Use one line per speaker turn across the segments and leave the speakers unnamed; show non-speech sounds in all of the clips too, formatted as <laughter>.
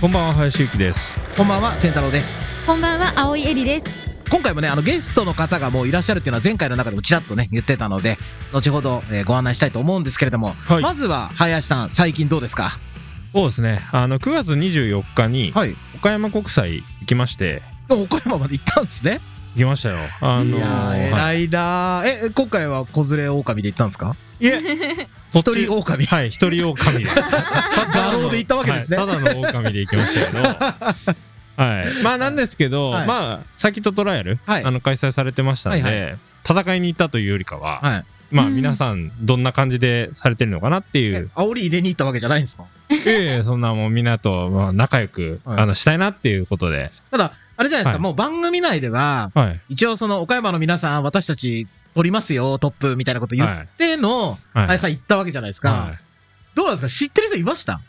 こんばんは林幸です
こんばんは、仙太郎です。
こんばんは、青井えりです。
今回もね、あのゲストの方がもういらっしゃるっていうのは前回の中でもちらっとね、言ってたので、後ほど、えーご案内したいと思うんですけれども、
はい
まずは林さん、最近どうですか
そうですねあの9月24日に
はい。
岡山国際行きまして
岡山まで行ったんですね。
行きましたよあの
いやー、
はい
偉いなー。え、今回は子連れ狼で行ったんですか
いえ
<laughs> 一人
<laughs>
狼。
はい一人狼で
<laughs> 画廊で行ったわけですね
はいただの狼で行きましたけ
<laughs>
どはいまあなんですけど、
はい
まあサーキットトライアル、
はい
あの開催されてましたんで、
はい
戦いに行ったというよりかは、
はい。
まあ
うん
皆さんどんな感じでされてるのかなっていう、いえいえそんなもうみんなとまあ仲良く、
はい
あのしたいなっていうことで、
ただ、あれじゃないですか、
はい
もう番組内では、
はい
一応その岡山の皆さん、私たち取りますよ、トップみたいなこと言っ
はい
ての、
はい
林さん行ったわけじゃないですか。
はい
どうなんですか知ってる人いました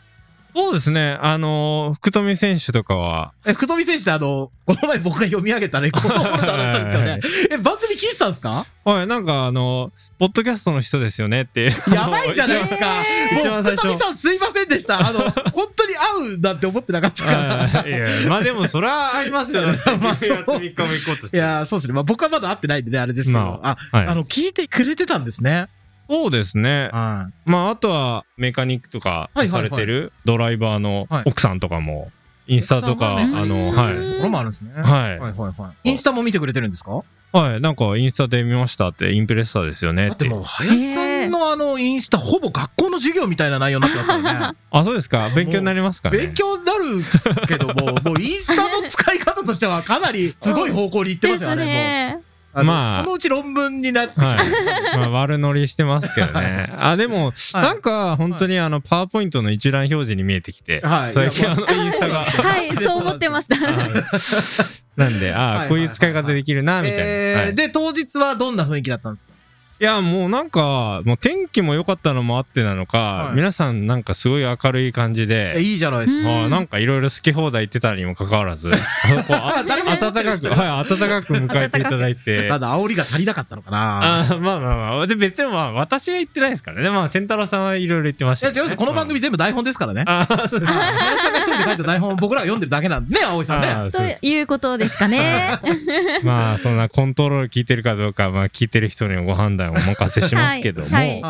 そうですね、あのー福富選手とかは、
え、福富選手ってあの、この前僕が読み上
<laughs>
げたね、このホルダーだったんですよね。え、番組聞いてたんですか
はい、なんかあのーポッドキャストの人ですよねって、
やばいじゃないですか。
一
もう
番最
福
初
富さんすいませんでした。あの、本当に会うなんて思ってなかったから。
<laughs> はいいやまあでもそれはあります
<laughs>
よ、ね
まあそう
3日も行こうとし
い
て。
やーそうですね。まあ僕はまだ会ってないんでね、あれですけど。
ま
あ、
はい
あの、聞いてくれてたんですね。
そうですね、
は
まあ、あとはメカニックとか
はいはい
さ
は
れ
い
てるドライバーの
はい
奥さんとかも、インスタとか、
奥さんはね
あのは
う
い
い。
ん
ところもあるんですね。い。
はい、
はいはいはい。インスタも見てくれてるんですか
はい、なんかインスタで見ましたって、インプレッサーですよね
だ
っ
って
て。
もう、林さんのあの、インスタ、ほぼ学校の授業みたいな内容になってますからね。
あ、そうですか、勉強になりますかね。
勉強になるけど
<laughs>
も、もうインスタの使い方としてはかなりすごい方向に行ってま
<laughs>
すよね、もう。
ね。
あの
まあ
そのうち論文になって、 <laughs>
はい。まあ、悪乗りしてますけどね。あ、でも、
はい
なんか、本当にあの、パワーポイントの一覧表示に見えてきて、
はい
最近
いや
あの、インスタ
<laughs>
が。
はい、そう思ってました。
はいなんで、あ
はい
あ、こういう使い方できるな、みたいな。
えー
はい
で当日はどんな雰囲気だったんですか
いや、もうなんか、もう天気も良かったのもあってなのか
は、い
皆さんなんかすごい明るい感じ
え
で、
いいじゃないですか、
ああなんかいろいろ好き放題言ってたにもかかわら
<laughs>
ず、こうあ
誰も
暖かく、はい、暖かく迎えていただいて
た、だ煽りが足りなかったのかな
あーまあまあまあ。で、別にまあ、私が言ってないですからね。まあ、仙太郎さんはいろいろ言ってまし
い
た
や
けど
違
ね、
うこの番組全部台本ですか
<laughs>
らね
あーそうです
はい林さんが一人で書いた台本を僕らが読んでるだ
<laughs>
けなんでね葵さんね
あー
と
そうです
いうことですかね。
まあそんなコントロール聞いてるかどうかまあ聞いてる人にはご判断をお任せしますけども
は
はいい、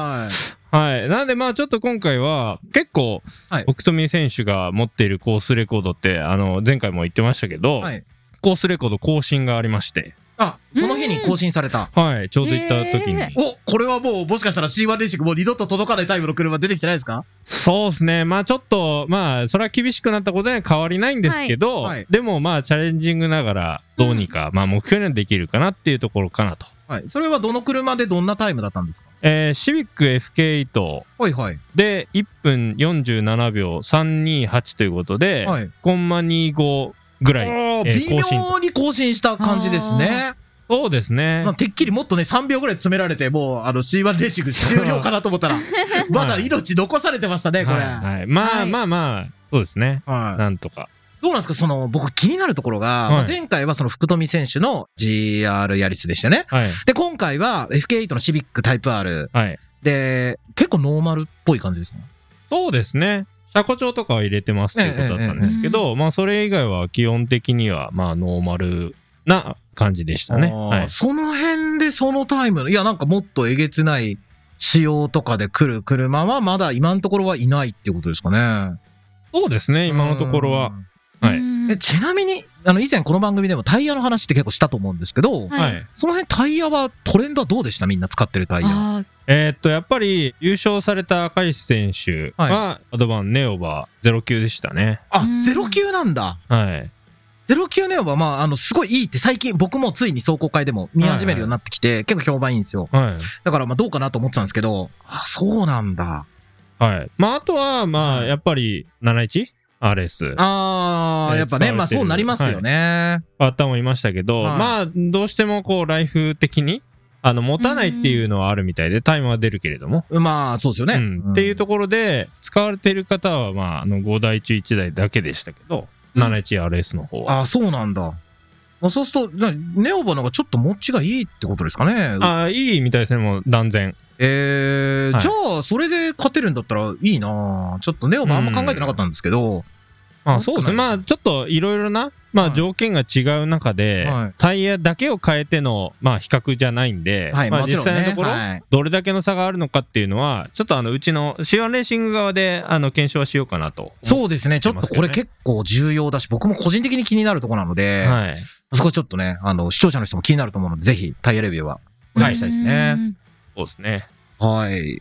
はい
なんでまあちょっと今回は結構、
はい
奥富選手が持っているコースレコードってあの前回も言ってましたけど、
はい
コースレコード更新がありまして
あその日に更新された
はいちょうど行った時に、
えー
おこれはもうもしかしたら C1 レーシングもう二度と届かないタイムの車出てきてないですか
そうですねまあちょっとまあそれは厳しくなったことには変わりないんですけど、
はいはい
でもまあチャレンジングながらどうにか、まあ目標にはできるかなっていうところかなと、
はいそれはどの車でどんなタイムだったんですか
えーシビック FK8
はいはい
で1分47秒328ということで、
はい
コンマ25ぐ
あ
らい
ー
えー
微妙に更新した感じですね
そうですね
まあ、てっきりもっとね、3秒ぐらい詰められて、もう、あの、C1 レーシング終了かなと思
<laughs>
ったら、まだ命残されてましたね、これ。
はいはいまあ、
はい
まあまあそうですね
はい
なんとか
どうなんですかその、僕気になるところが、まあ
はい
前回はその福富選手の GR ヤリスでしたよね。
はい
で、今回は FK8 のシビックタイプ R。
はい
で、結構ノーマルっぽい感じですね。
そうですね車庫帳とかは入れてますということだったんですけど、まあそれ以外は基本的にはまあノーマルな感じでしたね
あー
はい
その辺でそのタイムの、いや、なんかもっとえげつない仕様とかで来る車は、まだ今のところはいないってことですかね。
そうですね今のところは
うん。
はい
うん
えちなみに、あの、以前この番組でもタイヤの話って結構したと思うんですけど、
は
はいい、
その辺タイヤはトレンドはどうでしたみんな使ってるタイヤ。
あー
えーっとやっぱり優勝された赤石選手はアドバンネオバ09でしたね
あ、
うん
09なんだ。
はい
09ネオは、まあ、あの、すごいいいって最近僕もついに走行会でも見始めるようになってきて、結構評判いいんですよ。
はい
だから、まあ、どうかなと思ってたんですけど、あ、そうなんだ。
はい。まあ、あとは、ま
は
あ、
い
やっぱり 71RS。
あー、
えー
やっぱね、
使われてる
まあ、そうなりますよね。
方もいましたけど、
はい
まあ、どうしてもこう、ライフ的に、あの、持たないっていうのはあるみたいで、タイムは出るけれども。
まあ、そうですよね。
うん。っていうところで、使われている方は、まあ、あの、5台中1台だけでしたけど、
うん
71RS の方は。
あー、そうなんだ。まあ、そうすると、なネオバの方がちょっと持ちがいいってことですかね。
ああ、いいみたいですね、もう断然。
えー
はい
じゃあ、それで勝てるんだったらいいなぁちょっとネオもあんま考えてなかったんですけど、
まあそうですね。
悪くない
まあちょっといろいろな、まあ
はい
条件が違う中で、
はい
タイヤだけを変えての、まあ比較じゃないんで、
はい、
まあ
もち
実
ろん
際の
ね
と。ころ、
はい。
どれだけの差があるのかっていうのは、ちょっとあのうちの C1 レーシング側であの検証はしようかなと。
そうですね。ちょっとこれ
ね
結構重要だし、僕も個人的に気になるところなので、
はい。
そこちょっとね、あの、視聴者の人も気になると思うので、ぜひ、タイヤレビューはお願いしたいですね。
そうですね。
はい。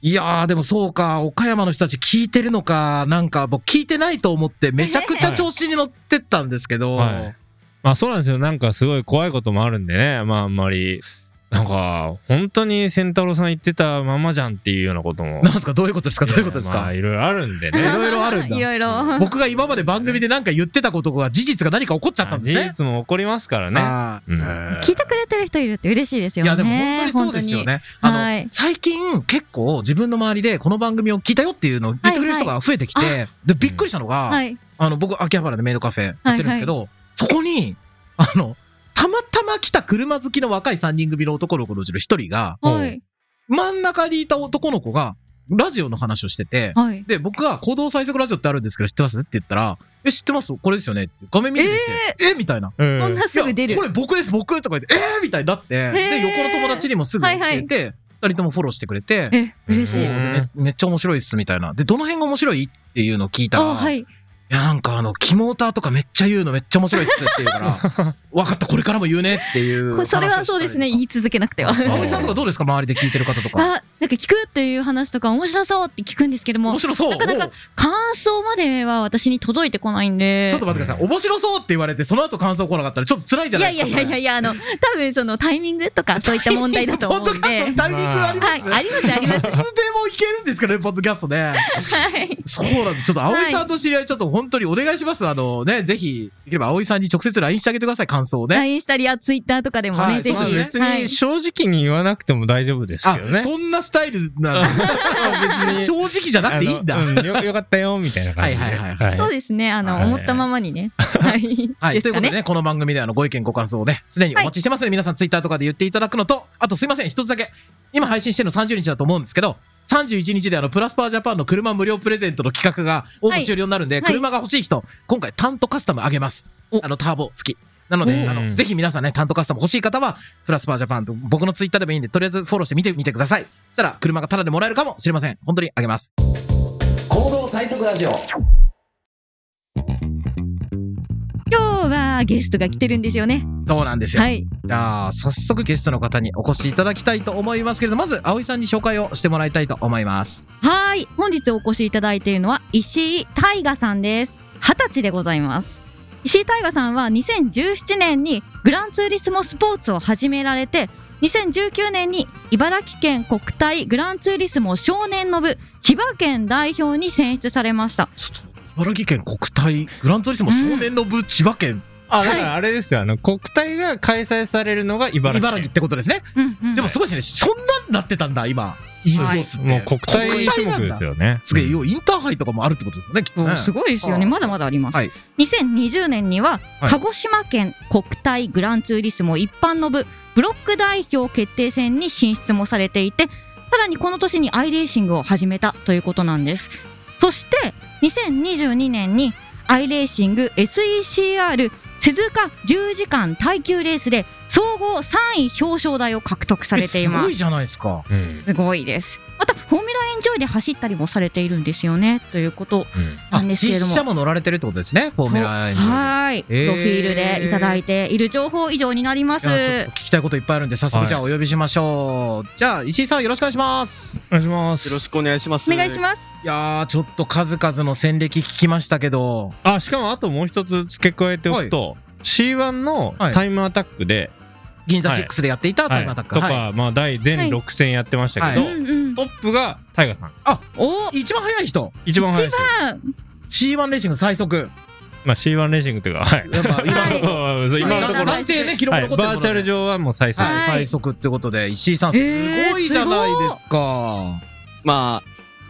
いやー、でもそうか、岡山の人たち聞いてるのか、なんか僕聞いてないと思って、めちゃくちゃ調子に乗ってったんですけ
<laughs>
ど、
はいまあそうなんですよ。なんかすごい怖いこともあるんでね。まああんまり、なんか本当に仙太郎さん言ってたままじゃんっていうようなことも。
なんですか、どういうことですか、どういうことです
ま
か
あ。いろいろあるんで
い
ね。
ろいろあるんだ
いろいろ。
僕が今まで番組でなんか言ってたことが事実が何か起こっちゃったんです
事
ね。
実も起こりますからね。
あー
うん
えー
聞いてくれてる人いるって嬉しいですよ
い
ね。
やでも本当にそうですよね。あ
本
の、
当にはい
最近結構自分の周りでこの番組を聞いたよっていうのを言ってくれる人が増えてきて、
はい
でびっくりしたのが、
本当に。はい。
あの僕秋葉原でメイドカフェやってるんですけど、そこにあのたまたま来た車好きの若い3人組の男の子のうちの1人が
はい。
真ん中にいた男の子がラジオの話をしてて。
はい。
で、僕が行動最速ラジオってあるんですけど知ってますって言ったら、え、知ってますこれですよねって画面見せてきて、えみたいな。
うん
こんなすぐ出
い
る
やこ。れ僕です、僕とか言って、えー、みたいになって、で、
へー
横の友達にもすぐ教えて、二、人ともフォローしてくれて、
え、嬉しい
うん。
めめっちゃ面白いっすみたいな。で、どの辺が面白いっていうのを聞いた
あ、
ら、、
はいい。
や、なんかあの、キモーターとかめっちゃ言うのめっちゃ面白いっすって言う
<laughs>
から、分かった、これからも言うねっていう話
こ
をした
そ
り
れ
とか。
はそうですね。言い続けなく <laughs> ては。
あ葵さんとかどうですか周りで聞いてる方とか。
あ、なんか聞くっていう話とか面白そうって聞くんですけども
面、白そう。
なかなか感想までは私に届いてこないん
お
で
ちょっ。と待ってください。面白そうって言われて、その後感想来なかったらちょっと辛いじゃ
い
な
や
い
い
で
や
す
い
か。
やいやいや、あの、多分そのタイミングとかそういった問題だと思
<laughs> ポ
うん
ッドキャスト
で
の。タイミングありま
はい、
す、
ありますあります。
いつでもいけるんですかね、ポッドキャストね。
はい。
そうなんです。ちょっと葵さんと知り合い、ちょっと本当にお願いします。あのね、ぜひ、できれば葵さんに直接 LINE してあげてください、感想をね。
LINE したり、あ、ツイッターとかでもね、
はい
ぜひ。
そうです
別
はい
に正直に言わなくても大丈夫です
あ
けどね。、
そんなスタイルな
別 <laughs>
の。
に
正直じゃなくていいんだ。
あのうんよよかったよみたいな感じで。
はいはい
は
そうですね、あの、
はい
思ったまま
<laughs>
にね。はい。
はい。
で
とい
す
うこ
か
とで
ね。
ね、この番組ではあのご意見、ご感想をね、常にお待ちしてますので、皆さんツイッターとかで言っていただくのと、あとすいません、一つだけ。今配信してるの30日だと思うんですけど、31日であの、プラスパージャパンの車無料プレゼントの企画が応募終了になるんで、
はい
車が欲しい人、今回タントカスタムあげます。
お
あの、ターボ付き。なので、
お
あの、ぜひ皆さんね、タントカスタム欲しい方は、プラスパージャパンと僕のツイッターでもいいんで、とりあえずフォローしてみてみてください。そしたら、車がタダでもらえるかもしれません。本当にあげます。
行動最速ラジオ
今日はゲストが来てるんですよね。
そうなんですよ。
はい。
じゃあ早速ゲストの方にお越しいただきたいと思いますけれどまず葵さんに紹介をしてもらいたいと思います
はい。本日お越しいただいているのは、石井大河さんです。二十歳でございます。石井大河さんは2017年にグランツーリスモスポーツを始められて、2019年に茨城県国体グランツーリスモ少年の部千葉県代表に選出されました。
茨城県国体グランツーリスモ少年の部千葉県、
あだからあれですよ、あの国体が開催されるのが茨城
茨城ってことですね、
うんうん
でもすごいですねそんなんなってたんだ今 e スポーツって、
もう国体種目
なん
で
だ
すよね。
すげえ要はインターハイとかもあるってことですよねきっとね
すごいですよね。
ああ
まだまだあります。
はい
2020年には、
はい
鹿児島県国体グランツーリスモ一般の部ブロック代表決定戦に進出もされていて、さらにこの年にアイレーシングを始めたということなんです。そして2022年にアイレーシング SECR 鈴鹿10時間耐久レースで総合3位表彰台を獲得されてい
えす
ま
ご
す
い。じゃないですか
うん
すごいです。またフォーミュラエンジョイで走ったりもされているんですよねということ
うん
あ
なんですけれども
実写も乗られてるってことですねフォーミュラーエンジン
はい、
えー
プロフィールでいただいている情報以上になりま
い
す。
やちょっと聞きたいこといっぱいあるんで早速
はい
じゃあお呼びしましょう、じゃあ石井さんよろしくお願いします
お願いします。
よろしくお願いします。
お願いします。
いやーちょっと数々の戦歴聞きましたけど
あしかもあともう一つ付け加えておくと、C1 のタイムアタックで、
銀座
はい
6でやっていたタイムアタック、
と
はい
か、まあ、第全6戦やってましたけど、
は
うんうん。
トップがタイガさんです
お、
一番速い人
一番速い人、
C1 レーシング最速
まあ、C1 レーシングというか、 <laughs> はい、
やっぱ今のところ、
そう今のところ、
は
はい
暫定ね記録
い、
残ってる
バー
もので
チャル上はもう最
はい
速
はい
最速ってことで石井さんす
えー
ごいじゃないですか、
まあ、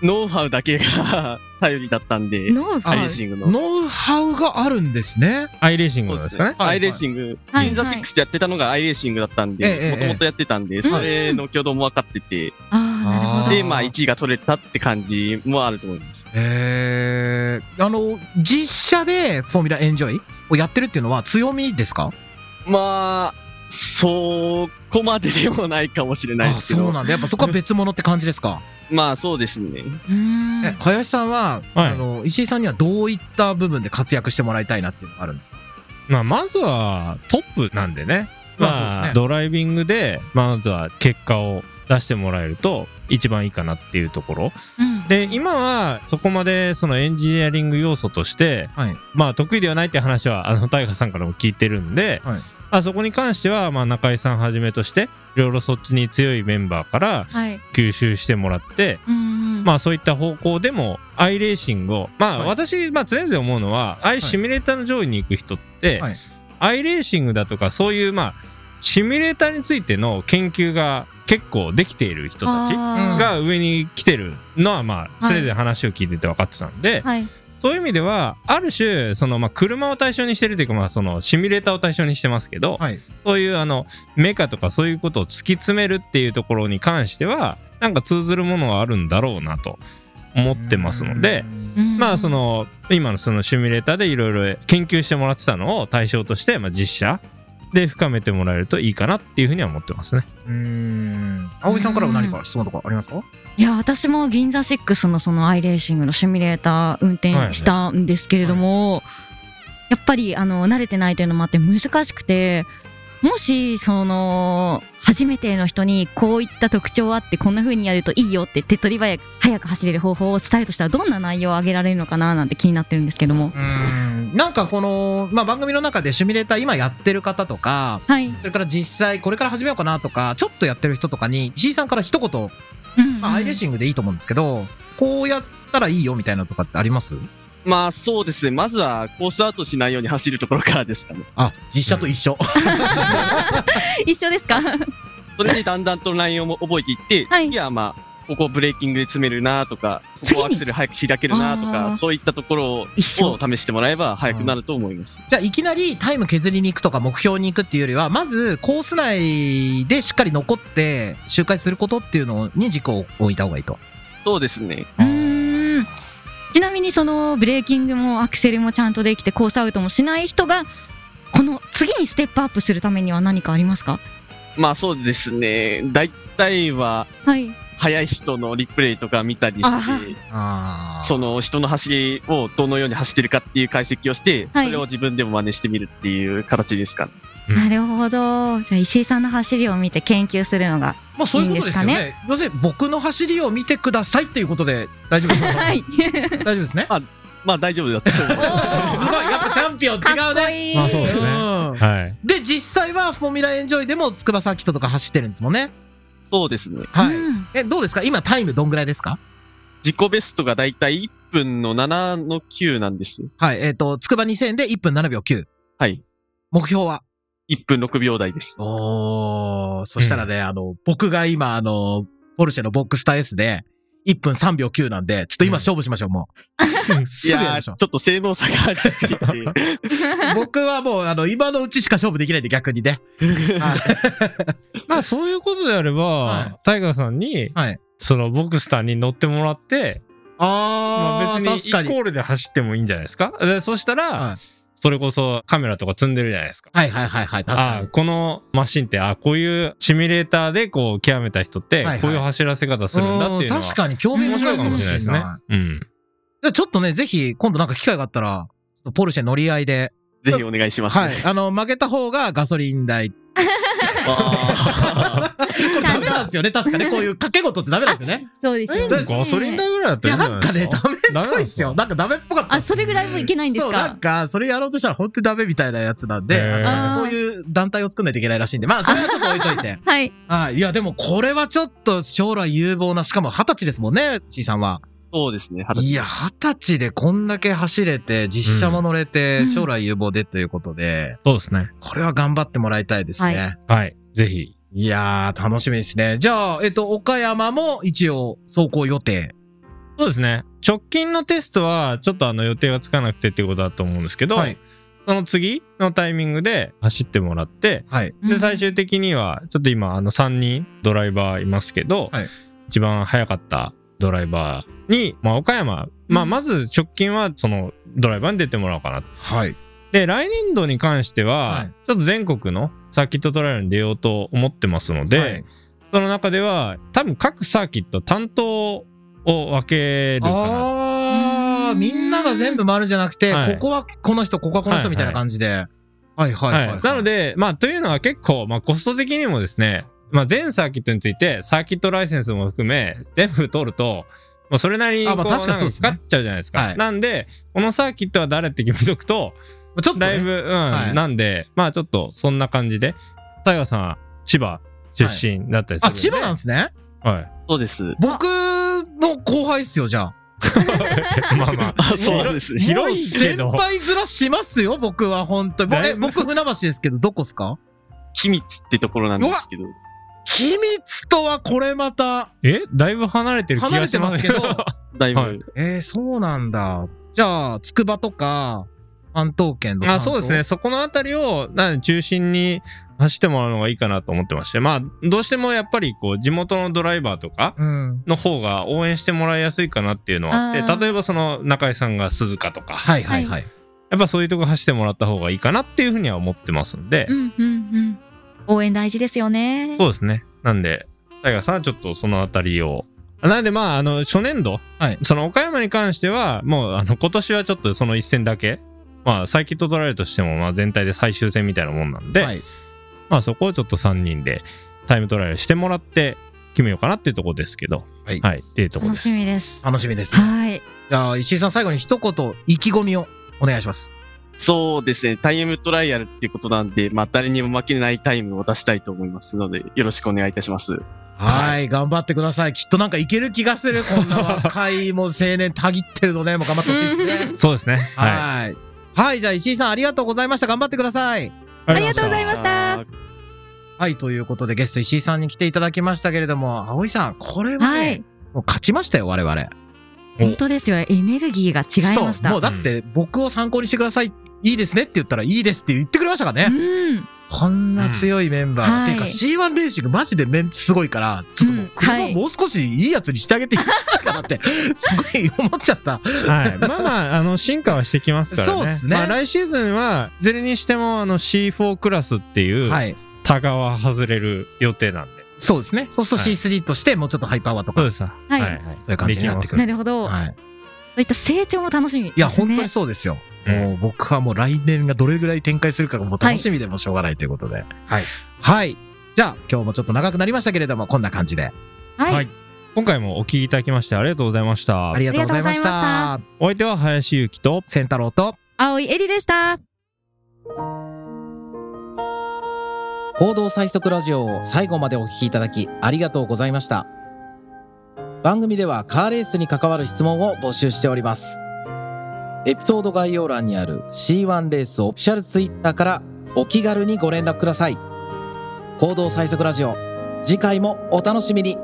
ノウハウだけが頼りだったんで、
ノーフ
アイレ
ァ
ー
ウ。
シングの。
ノウハウがあるんですね
アイレーシング
そ
の
う
で
ですす
か
ね
ね。
はい
アイレーシング、
はい
銀座6でやってたのがアイレーシングだったん
えええ
で、
え
もともとやってたんで、それの挙動も分かってて、
あなるほど
で、まあ、1位が取れたって感じもあると思います。
えー、あの実写でフォーミュラエンジョイをやってるっていうのは強みですか
まあ、そこまででもないかもしれな
あ
いですけ
そう
ど、
なんだやっぱそこは別物って感じですか
まあそうですね。
うーん
え林さんは、
はい
あの石井さんにはどういった部分で活躍してもらいたいなっていうのがあるんですか
まあ、まずはトップなんでね、
まあ
ま
そうですね
あ、ドライビングで、まずは結果を出してもらえると一番いいかなっていうところ。
うん
で、今はそこまでそのエンジニアリング要素として、
はい
まあ、得意ではないって話は、あの、大河さんからも聞いてるんで、
はい
あそこに関しては、まあ、中井さんはじめとして、いろいろそっちに強いメンバーから
はい
吸収してもらって、
うん
まあそういった方向でも i レーシングをまあ
はい
私まあ常々思うのは i
い
シミュレーターの上位に行く人って
はい
i レーシングだとかそういうまあシミュレーターについての研究が結構できている人たち
あー
が上に来てるのはまあ
は
常
い
々話を聞いてて分かってたんで
はい
そういう意味ではある種そのまあ車を対象にしてるというかまあそのシミュレーターを対象にしてますけど
はい
そういうあのメカとかそういうことを突き詰めるっていうところに関してはなんか通ずるものはあるんだろうなと思ってますので
うん
まあその今のそのシミュレーターでいろいろ研究してもらってたのを対象としてまあ実写で深めてもらえるといいかなっていうふうには思ってますね。
うーん葵さんからは何か質問とかありますか
いや私も銀座6のそのアイレーシングのシミュレーター運転したんですけれども、やっぱりあの慣れてないというのもあって難しくてもしその初めての人にこういった特徴あってこんな風にやるといいよって手っ取り早く早く走れる方法を伝えるとしたらどんな内容を挙げられるのかななんて気になってるんですけども
う。ーんなんかこの、まあ、番組の中でシミュレーター今やってる方とか
はい、
それから実際これから始めようかなとかちょっとやってる人とかに石井さんから一言、
うん
まあ、アイレーシングでいいと思うんですけどこうやったらいいよみたいなのとかってあります
まあそうですね。まずはコースアウトしないように走るところからですかね。
あ実写と一緒、
<laughs> 一緒ですか
それでだんだんとラインを覚えていって、
はい
次はまあ、ここブレーキングで詰めるなとか、こ
次
こ
に
アクセル早く開けるなと
あー
か、そういったところを
一緒
を試してもらえば早くなると思います。
じゃあいきなりタイム削りに行くとか目標に行くっていうよりはまずコース内でしっかり残って周回することっていうのに軸を置いた方がいいと。
そうですね。
うーんちなみにそのブレーキングもアクセルもちゃんとできてコースアウトもしない人がこの次にステップアップするためには何かありますか
まあそうですね。大体は、
はい
速い人のリプレイとか見たり
あ
して
ー、
あ
その人の走りをどのように走ってるかっていう解析をして、そ
はい
れを自分でも真似してみるっていう形ですかね。
なるほどじゃあ石井さんの走りを見て研究するのが
まあそういうことですよ
いいん
ね。要するに僕の走りを見てくださいっていうことで大丈夫ですか
はい
大丈夫ですね。
まあ大丈夫だと思い <laughs>
<laughs>
ます。
すごいやっぱチャンピオン違うね。
い
まあそうですね
うん
はい、
<laughs> で実際はフォーミュラエンジョイでも筑波サーキットとか走ってるんですもんね。
そうですね。
はい。
うん
えどうですか今タイムどんぐらいですか。
自己ベストがだいたい1分の7の9なんです。
はい。えっ、と筑波2000で1分7秒9。
はい。
目標は
1分6秒台です。
おー、そしたらね、あの、僕が今、あの、ポルシェのボックスター S で、1分3秒9なんで、ちょっと今
うん
勝負しましょう、もう。
<laughs>
す
い
ぐやり
や
ま
ー、
し
ち
ょ
ょ
う
っ。と性能差がありすぎて。
<laughs>
<laughs> 僕はもう、あの、今のうちしか勝負できないんで、逆にね。はい
まあそういうことであれば、
は
タイガーさんに、
はい
そのボクスターに乗ってもらって、ま
あ
あ、
ー、
別にイ
確か
コ
に。
ールで走ってもいいんじゃないですか <laughs> でそしたら、
はい
それこそカメラとか積んでるじゃないですか。
はいはいはいはい、確か
あ
に。
このマシンってあこういうシミュレーターでこう極めた人って
はいはい
こういう走らせ方するんだっていうのは
うん確かに、興味
面
深
白
い
い
か
か
も
も
し
し
れ
れ
な
ないい
で
ですす
ね。
ねう
じ。
ん、
ゃあちょっとね、ぜひ、今度なんか機会があったら、ちょっとポルシェ乗り合いで、
ぜひお願いします、ね。
はい。あの、負けた方がガソリン代。
あ
ちゃ
ダ
ん
メ
と
なんですよね、確かね。こういう掛け事ってダメなんですよね。
そうですよ
だ
ね
って
ガソリン代ぐらいだっ
い
た
や、
らいい
なんかね、
じゃ
ダメっ
ダメな
ぽ
いんで
っ
す
す
か
よ。なんかダメっぽかった。
あそれぐらいもいけないんです
そう、なん
か。
か、それやろうとしたら本当にダメみたいなやつなん
へ
で、
ー
あーそういう団体を作んないといけないらしいんで、まあ、それはちょっと置いといて
はい
<laughs> はい。いや、でもこれはちょっと将来有望な、しかも二十歳ですもんね、ちいさんは。
ー <laughs> そうですね。
いや、二十歳でこんだけ走れて、実写も乗れて、
うん
将来有望でということで、
そうですね。
これは頑張ってもらいたいですね。、
はい
はい。ぜひ。
やー、楽しみですね。じゃあ、えっと、岡山も一応走行予定。
そうですね。直近のテストはちょっとあの予定がつかなくてっていうことだと思うんですけど、
はい。
その次のタイミングで走ってもらって、
はい。
う
で
ん
最終的にはちょっと今あの3人ドライバーいますけど、
はい
一番速かったドライバーに、まあ、岡山、まあ、
うん
まず直近はそのドライバーに出てもらおうかなと
はい。
で来年度に関しては、
はい
ちょっと全国のサーキットトライアルに出ようと思ってますので、
はい
その中では多分各サーキット担当を分けるかな
ああ、みんなが全部回るんじゃなくて、
はい
ここはこの人、ここはこの人みたいな感じで。はいはいはい、
はい、なの、で、まあ、というのは結構、まあ、コスト的にもですね、まあ、全サーキットについてサーキットライセンスも含め全部取ると、まあ、それなりにこ
あ
う
ま
な
あ
んか
確かにそうですね
かかっちゃうじゃないですか、
はい
なんでこのサーキットは誰って決めとくと
ちょっとね、
だいぶ、うん
はい
なんでまあちょっとそんな感じで大河さんは千葉出身だったりす
あ、
る
千葉なんですね。
葉はい <laughs>
そうです。
僕の後輩っすよ、じゃあ。
まあまあ
あ、そうですね。
広いけど
もう先輩面しますよ、僕は、本当に。
だい
え、
ぶ
僕、船橋ですけど、どこっすか
秘密ってところなんですけど。
秘密とはこれまた、
えだいぶ離れてる気
離
が
れて
しま
ます
す
け
け
ど
ど、
だいぶ、
はい
えー、そうなんだ。じゃあ、筑波とか、関東圏とか。
あそうですね、。そこのあたりをなん中心に走ってもらうのがいいかなと思ってまして、まあ、どうしてもやっぱりこう地元のドライバーとか
うん。
の方が応援してもらいやすいかなっていうのはあっ
あ
て、
ー
例えばその中井さんが鈴鹿とか、
はいはいはい。
やっぱそういうとこ走ってもらった方がいいかなっていうふうには思ってますんで、
うんうんうん。応援大事ですよね。
そうですね。なんで、タイガーさんはちょっとそのあたりを。なんでまあ、あの、初年度、
はい
その岡山に関しては、もう、あの、今年はちょっとその一戦だけ、まあ、サーキット取られるとしても、まあ、全体で最終戦みたいなもんなんで、
はい
まあ、そこをちょっと3人でタイムトライアルしてもらって決めようかなっていうとこですけど、
はい
っていうとこで
楽
す。
しみです。
楽しみです。
はい。
じゃあ、石井さん、最後に一言、意気込みをお願いします。
そうですね。タイムトライアルっていうことなんで、まあ、誰にも負けないタイムを出したいと思いますので、よろしくお願いいたします。
はい、頑張ってください。きっとなんかいける気がする。こんな若い、もう青年、たぎってるのね。もう頑張ってほしいですね。
そうですね。はい。
はい。はい、じゃあ、石井さん、ありがとうございました。頑張ってください。
あ
りがとうございました
ありがとうございまし
はい、ということで、ゲスト石井さんに来ていただきましたけれども、葵さん、これはね、
はい。
もう勝ちましたよ、我々。
お
本当ですよ。エネルギーが違いまし
そう
た。
もうだって、僕を参考にしてください。いいですねって言ったらいいですって言ってくれましたからね。
うん。
こんな強いメンバー。
うん
ていうか
はい
C1 レーシングマジでメンツすごいから、ちょっともう
うん
車
はい
もう少しいいやつにしてあげていいんじゃないかなって、すごい思っちゃった。
はい、
<laughs>
まあまあ、あの、進化はしてきますからね。
そうですね
まあ、来シーズンは、いずれにしても、あの、C4 クラスっていう、
はい。
タガは外れる予定なんで。
そうですね。そうする
は
と
い
C3 としてもうちょっとハイパワー
そ
と
う
か。
です。はい
そういう感じになってくる
なるほど。
はい。
そういった成長も楽しみですね。
いや、本当にそうですよ。
うん
もう僕はもう来年がどれぐらい展開するかがもう楽しみでもしょうがないということで。
はい。
はい。じゃあ、今日もちょっと長くなりましたけれども、こんな感じで。
はい、
はい。
今回もお聞きいただきましてありがとうございました
あ。りがとうございまし
あ
た。
お相手は林ゆきと、
千太郎と、
青いエリでした。
行動最速ラジオを最後までお聞きいただきありがとうございました番組ではカーレースに関わる質問を募集しておりますエピソード概要欄にある C1 レースオフィシャルツイッターからお気軽にご連絡ください行動最速ラジオ次回もお楽しみに